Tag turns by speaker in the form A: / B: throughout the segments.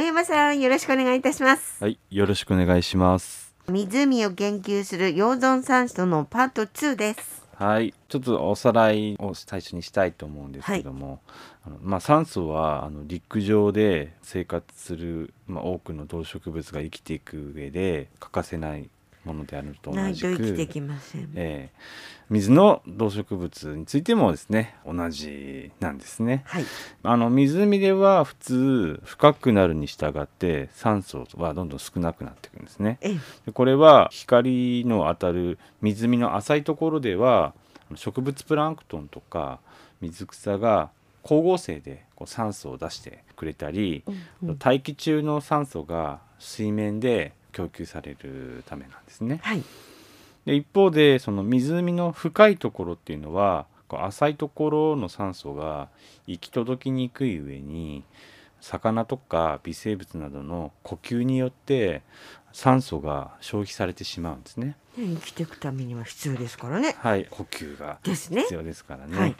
A: 山さん、よろしくお願いいたします。
B: はい、よろしくお願いします。
A: 湖を研究する溶存酸素のパート2です。
B: はい、ちょっとおさらいを最初にしたいと思うんですけども、あのまあ、酸素はあの陸上で生活する、まあ、多くの動植物が生きていく上で欠かせないものであると
A: な
B: 同
A: い
B: じ
A: と生きて
B: く
A: きません。
B: ええ水の動植物についてもですね同じなんですね。
A: はい。
B: あの湖では普通深くなるに従って酸素はどんどん少なくなっていくんですね。
A: ええ、
B: でこれは光の当たる湖の浅いところでは植物プランクトンとか水草が光合成でこう酸素を出してくれたり、
A: うんうん
B: 大気中の酸素が水面で供給されるためなんですね。
A: はい。
B: で一方でその湖の深いところっていうのはこう浅いところの酸素が行き届きにくい上に魚とか微生物などの呼吸によって酸素が消費されてしまうんですね。
A: 生きていくためには必要ですからね。
B: はい、呼吸が
A: ですね
B: 必要ですからね。
A: はい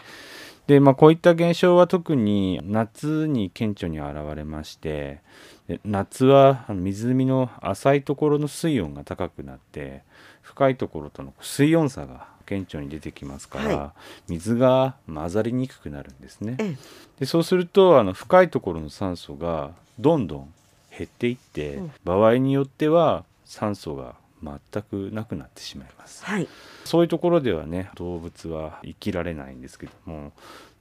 B: で、まあ、こういった現象は特に夏に顕著に現れましてで夏はあの湖の浅いところの水温が高くなって深いところとの水温差が顕著に出てきますから、
A: は
B: 水が混ざりにくくなるんですね。
A: ええ、
B: でそうするとあの深いところの酸素がどんどん減っていって、
A: うん
B: 場合によっては酸素が全くなくなってしまいます。
A: はい。
B: そういうところではね動物は生きられないんですけども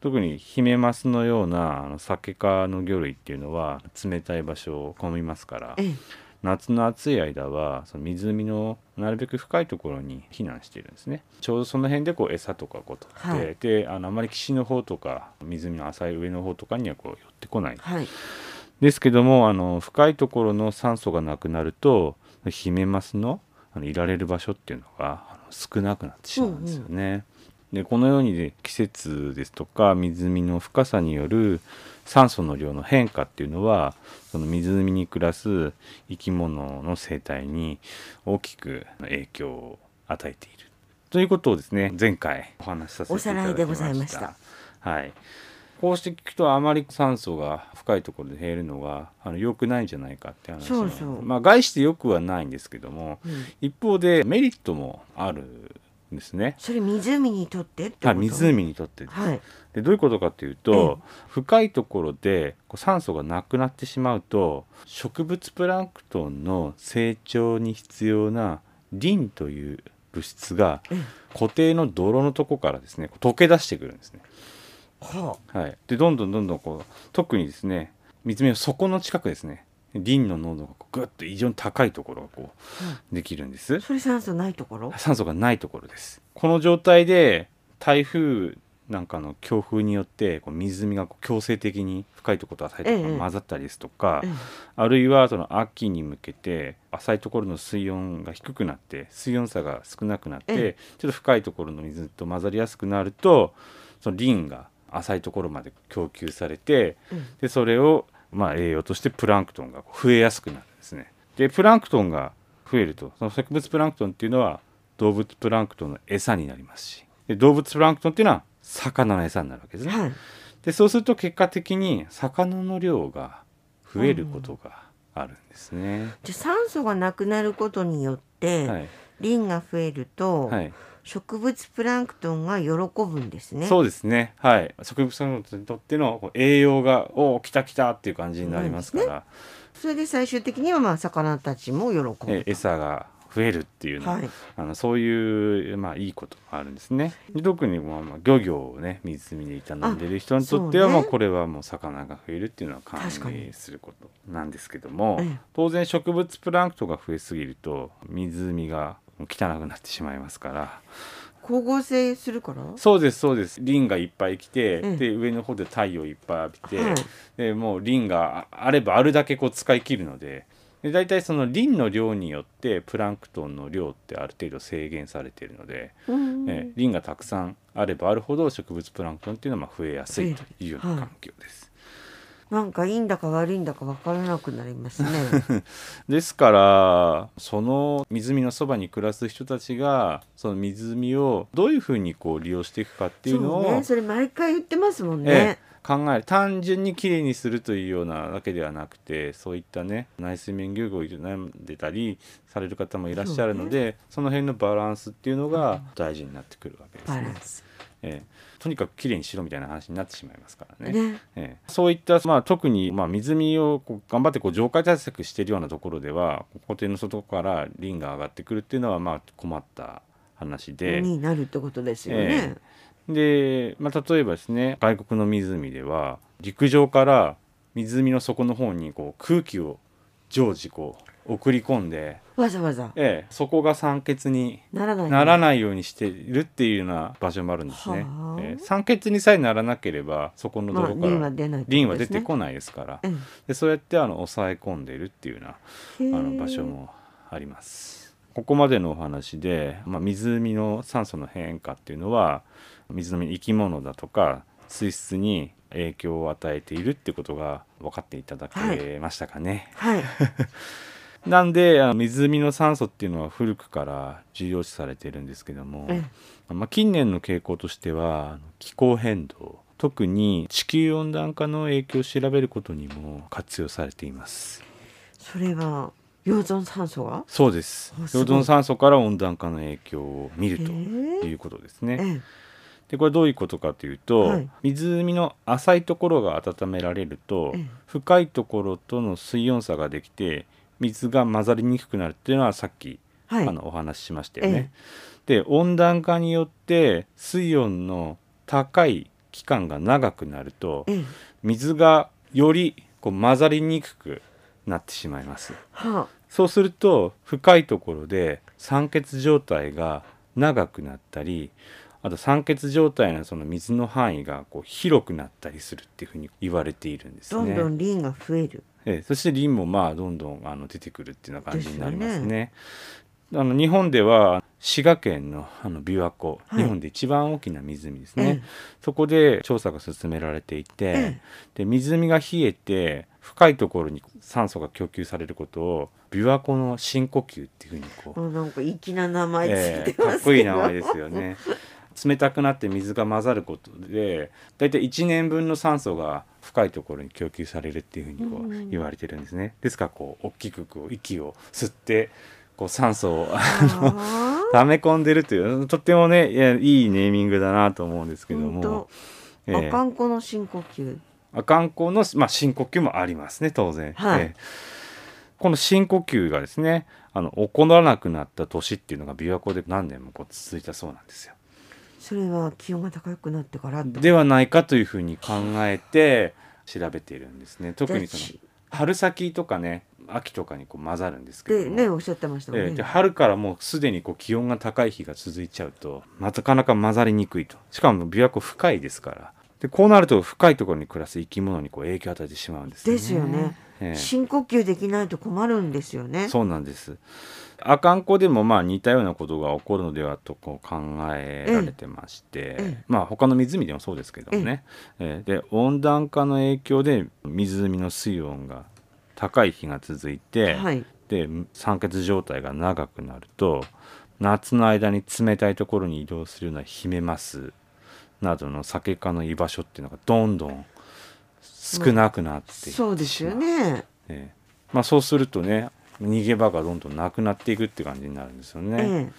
B: 特にヒメマスのようなあのサケ科の魚類っていうのは冷たい場所を好みますから
A: ええ、
B: 夏の暑い間はその湖のなるべく深いところに避難しているんですねちょうどその辺でこう餌とかこう取って、
A: はい
B: であのあまり岸の方とか湖の浅い上の方とかにはこう寄ってこない
A: はい。
B: ですけどもあの深いところの酸素がなくなるとヒメマスのあのいられる場所っていうのがあの少なくなってしまうんですよね。でこのようにね季節ですとか湖の深さによる酸素の量の変化っていうのはその湖に暮らす生き物の生態に大きく影響を与えているということをですね前回お話しさせていただき
A: おさらい
B: ました。
A: でございました
B: はい、こうして聞くとあまり酸素が深いところで減るのがあの良くないんじゃないかって話
A: そ
B: な
A: う
B: の
A: そう
B: まあ概して良くはないんですけども、
A: うん
B: 一方でメリットもあるんですね。
A: それ湖にとってってこと。
B: あ湖にとってです、
A: はい。
B: でどういうことかというと、深いところでこう酸素がなくなってしまうと植物プランクトンの成長に必要なリンという物質が
A: ええ、
B: 固定の泥のとこからですね溶け出してくるんですね。
A: は
B: はい、でどんどんどんどんこう特にですね水面の底の近くですねリンの濃度がこうぐっと異常に高いところがこうできるんです
A: あ。それ酸素ないところ。
B: 酸素がないところですこの状態で台風なんかの強風によってこう湖がこう強制的に深いところと浅いところ
A: ええ
B: が混ざったりですとか、
A: ええ
B: あるいはその秋に向けて浅いところの水温が低くなって水温差が少なくなって、
A: え
B: ちょっと深いところの水と混ざりやすくなるとそのリンが浅いところまで供給されて
A: うん
B: でそれをまあ栄養としてプランクトンがこう増えやすくなるんですね。でプランクトンが増えるとその植物プランクトンっていうのは動物プランクトンの餌になりますしで動物プランクトンっていうのは魚の餌になるわけですね。
A: はい。
B: でそうすると結果的に魚の量が増えることがあるんですね。
A: じゃあ酸素がなくなることによって、
B: はい、
A: リンが増えると、
B: はい、
A: 植物プランクトンが喜ぶんですね。
B: そうですね。はい、植物にとってのこう栄養がおお来た来たっていう感じになりますから、
A: それで最終的にはまあ魚たちも喜ぶ。
B: え餌が増えるっていうのは
A: はい。
B: あのそういうまあいいこともあるんですね。で特にまあまあ漁業をね湖で営んでる人にとっては
A: あそう
B: も
A: ね
B: うこれはもう魚が増えるっていうのは歓
A: 確かに
B: 迎することなんですけども
A: ええ、
B: 当然植物プランクトンが増えすぎると湖が汚くなってしまいますから。
A: 光合成するから。
B: そうですそうですリンがいっぱい来て、
A: うん
B: で上の方で太陽いっぱい浴びて、
A: はい
B: でもうリンがああればあるだけこう使い切るのでで大体そのリンの量によってプランクトンの量ってある程度制限されているので、
A: うん
B: えーリンがたくさんあればあるほど植物プランクトンっていうのはまあ増えやすいというような環境です。
A: なんかいいんだか悪いんだか分からなくなり ますね。
B: ですからその湖のそばに暮らす人たちがその湖をどういうふうにこう利用していくかっていうの
A: そ
B: を
A: ね、それ毎回言ってますもん
B: ええ
A: ね。
B: 考える単純にきれいにするというようなだけではなくてそういったね内水面漁業を営んでたりされる方もいらっしゃるのでそ,、の辺のバランスっていうのが大事になってくるわけです
A: バ
B: ね。
A: ランス。
B: ええとにかくきれいにしろみたいな話になってしまいますからね。
A: ね。
B: ええそういった、まあ、特に、まあ、水見をこう頑張ってこう浄化対策しているようなところでは固定の外からリンが上がってくるっていうのは、まあ、困った話で。
A: になるってことですよ
B: え
A: ね。
B: で、まあ、例えばですね外国の湖では陸上から湖の底の方にこう空気を常時こう送り込んで、
A: わざわざ。
B: ええ、そこが酸欠に
A: ならない。
B: なら
A: ない。
B: ないようにしているっていうような場所もあるんですね
A: はあ。
B: ええ酸欠にさえならなければそこの
A: まあ、
B: 泥か
A: 輪
B: ら
A: は出ない。
B: リンは出てこ
A: な
B: ないですから
A: い。
B: でそうやってあの抑え込んでいるっていうようなあの場所。もあります。ここまでのお話で、まあ、湖の酸素の変化っていうのは水の生き物だとか水質に影響を与えているってことが分かっていただけましたかね。
A: はい。
B: なんであの湖の酸素っていうのは古くから重要視されているんですけども、
A: え
B: まあ、近年の傾向としてはあの気候変動特に地球温暖化の影響を調べることにも活用されています。
A: それは。溶存酸素が。
B: そうです
A: あすご
B: 溶
A: い
B: 存酸素から温暖化の影響を見ると
A: へえ
B: いうことですね。
A: ええ。
B: でこれどういうことかというと、
A: はい
B: 湖の浅いところが温められると、
A: ええ
B: 深いところとの水温差ができて水が混ざりにくくなるっていうのはさっき、
A: はい
B: あ。のお話ししましたよね。で温暖化によって水温の高い期間が長くなると
A: ええ。
B: 水がよりこう混ざりにくくなってしまいます。
A: はあ。
B: そうすると深いところで酸欠状態が長くなったりあと酸欠状態のその水の範囲がこう広くなったりするっていうふうに言われているんです
A: どん
B: ね。
A: どんリンが増える。
B: ええそしてリンもまあどんどんあの出てくるっていうような感じになりま
A: ですすよ
B: ね。あの日本では滋賀県のあの琵琶湖、
A: はい
B: 日本で一番大きな湖ですね、
A: ええ
B: そこで調査が進められていて、
A: え
B: で湖が冷えて深いところに酸素が供給されることを琵琶湖の深呼吸っていうふうにこう
A: あ、なんか粋な名前つ
B: え
A: いてますけ
B: え
A: ど。
B: かっこいい名前ですよね冷たくなって水が混ざることでだいたい1年分の酸素が深いところに供給されるっていうふうにこ
A: うんうん
B: う言われてるんですね、ですからこう大きくこう息を吸ってこう酸素を
A: あ
B: 溜め込んでるというとってもねいやいいネーミングだなと思うんですけ
A: ー。
B: ど
A: 本当
B: も。。え
A: あ
B: え
A: かんこの深呼吸。
B: 阿寒湖の、まあ、深呼吸もありますね当然、
A: はい
B: ええこの深呼吸がですねあの起こらなくなった年っていうのが琵琶湖で何年もこう続いたそうなんですよ。
A: それは気温が高くなってからってこと。
B: ではないかというふうに考えて調べているんですね特にそ
A: じ
B: の春先とかね秋とかにこう混ざるんですけ
A: で
B: ども
A: ねおっしゃってましたもん
B: え
A: ね。
B: えで春からもうすでにこう気温が高い日が続いちゃうとなかなか混ざりにくいとしかも琵琶湖深いですからでこうなると深いところに暮らす生き物にこう影響を与えてしまうんですね。
A: ですよね、
B: ええ
A: 深呼吸できないと困るんですよね。
B: そうなんです。阿寒湖でもまあ似たようなことが起こるのではとこう考えられてまして、
A: ええ
B: まあ他の湖でもそうですけどもね、ええで温暖化の影響で湖の水温が高い日が続いて、
A: はい。
B: で酸欠状態が長くなると夏の間に冷たいところに移動するようなヒメマスなどのサケ科の居場所っていうのがどんどん少なくなっていってしま
A: そうですよね。
B: ええまあ、そうするとね逃げ場がどんどんなくなっていくって感じになるんですよ
A: え
B: ね。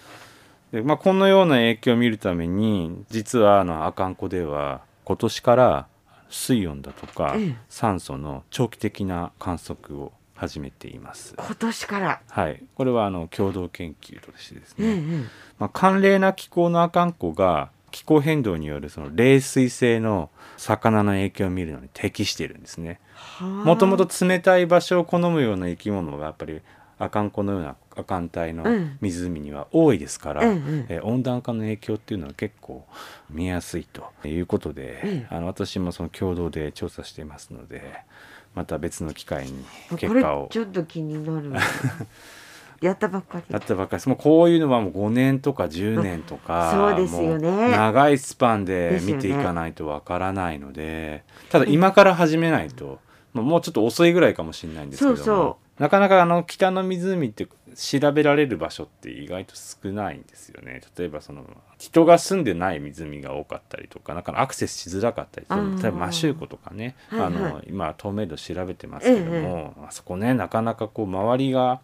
A: え
B: でまあ、このような影響を見るために実はあの阿寒湖では今年から水温だとか
A: ええ
B: 酸素の長期的な観測を始めています。
A: 今年から。
B: はい、これはあの共同研究としてです
A: ええ
B: ね、まあ、寒冷な気候の阿寒湖が気候変動によるその冷水性の魚の影響を見るのに適しているんですね。も
A: も
B: ともと冷たい場所を好むような生き物がやっぱりアカンコのようなアカン帯の
A: うん
B: 湖には多いですから、
A: うんうん
B: えー温暖化の影響っていうのは結構見やすいということで、あの私もその共同で調査していますのでまた別の機会に結
A: これ
B: 果を
A: ちょっと気にな る。やったばっかり
B: やっ。たばっかりですもうこういうのはもう5年とか10年とか、
A: そうですよね
B: もう長いスパンで見ていかないとわからないのでただ今から始めないと、まあもうちょっと遅いぐらいかもしれないんですけど
A: そ
B: も
A: うそ
B: なかなかあの北の湖って調べられる場所って意外と少ないんですよね例えばその人が住んでない湖が多かったりとかなかなかアクセスしづらかったりと
A: あ
B: か
A: ー
B: 例えばマシュー湖とかね、
A: はいはい
B: あの今透明度調べてますけども、あそこねなかなかこう周りが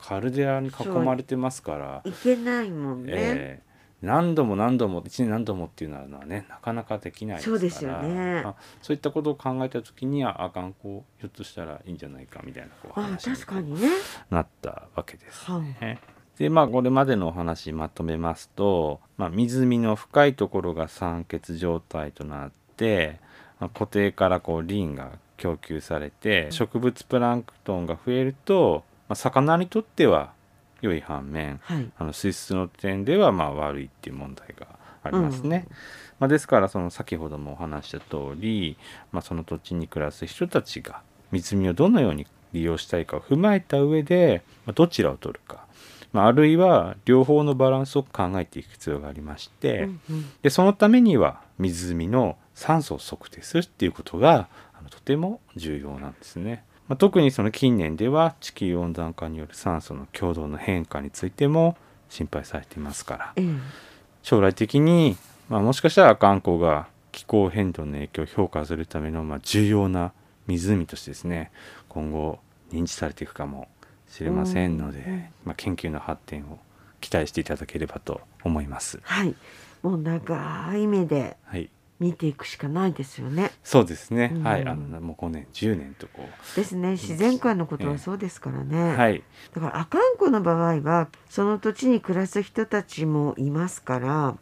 B: カルデラに囲まれてますから、
A: 行けないもんね、
B: えー何度も何度も一年何度もっていうのはねなかなかできないですから
A: そうですよね
B: あそういったことを考えた時にはあ観光ひょっとしたらいいんじゃないかみたいなこう
A: あ
B: 話
A: 確かにね
B: なったわけです
A: は
B: ね。でまあこれまでのお話まとめますと、まあ、湖の深いところが酸欠状態となって、まあ湖底からこうリンが供給されて植物プランクトンが増えると、まあ、魚にとっては良い反面
A: はい
B: あの水質の点ではまあ悪いっていう問題がありますね。まあ、ですからその先ほどもお話しした通り、まあ、その土地に暮らす人たちが湖をどのように利用したいかを踏まえた上で、まあ、どちらを取るか、まあ、あるいは両方のバランスを考えていく必要がありまして、
A: うんうん
B: でそのためには湖の酸素を測定するっていうことがあのとても重要なんですね。まあ、特にその近年では地球温暖化による酸素の強度の変化についても心配されていますから
A: ええ
B: 将来的に、まあ、もしかしたら観光が気候変動の影響を評価するための、まあ、重要な湖としてですね今後認知されていくかもしれませんので、
A: うんうん
B: まあ、研究の発展を期待していただければと思います。
A: はいもう長い目で
B: はい
A: 見ていくしかないですよね
B: そうですね、
A: うん
B: はいあのもう5年10年とこ
A: ですね自然界のことはそうですからね、
B: う、はい
A: だから阿寒湖の場合はその土地に暮らす人たちもいますから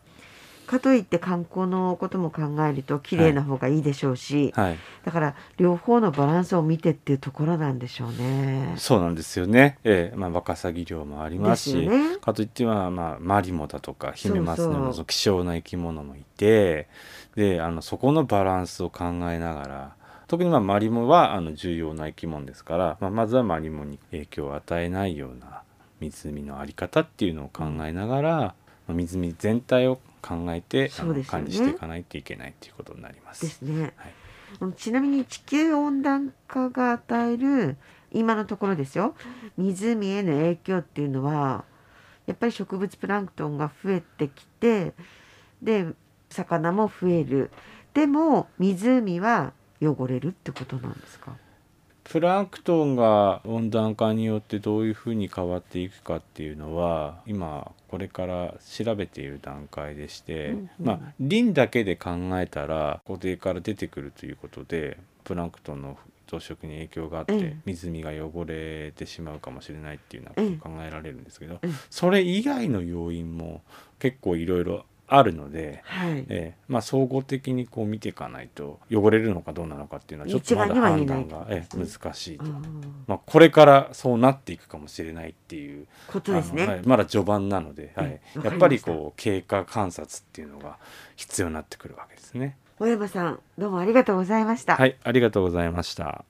A: かといって観光のことも考えると綺麗な方がいいでしょうし、
B: はい
A: だから両方のバランスを見てっていうところなんでしょうね。
B: そうなんですよね、ええまあ、ワカサギ漁もあります
A: です
B: し
A: よね
B: かといっては、まあ、マリモだとかヒメマスの
A: そうそう
B: その希少な生き物もいてであのそこのバランスを考えながら特にまあマリモはあの重要な生き物ですから、まあ、まずはマリモに影響を与えないような湖の在り方っていうのを考えながら、まあ湖全体を考えて、あ
A: そ
B: の
A: うですよね
B: 管理していかないといけないっていうことになりま。
A: ですすね
B: はい。
A: うんちなみに地球温暖化が与える今のところですよ湖への影響っていうのはやっぱり植物プランクトンが増えてきてで魚も増えるでも湖は汚れるってことなんですか
B: プランクトンが温暖化によってどういうふうに変わっていくかっていうのは今これから調べている段階でして、
A: うんうん
B: まあ林だけで考えたら固定から出てくるということでプランクトンの増殖に影響があって、
A: うん
B: 湖が汚れてしまうかもしれないっていうようなことが考えられるんですけど、
A: うん
B: それ以外の要因も結構いろいろあるので。
A: はい
B: ええまあ、総合的にこう見ていかないと汚れるのかどうなのかっていうのはちょっ
A: 一
B: とま
A: 概には言え
B: だ判
A: ない
B: 断が、ええ難しいと、
A: うん
B: まあ、これからそうなっていくかもしれないっていう
A: ことです
B: あのは
A: ね
B: い、まだ序盤なので、はい
A: うん
B: やっぱりこう経過観察っていうのが必要になってくるわけですね。
A: 小山さんどうもありがとうございました
B: はいありがとうございました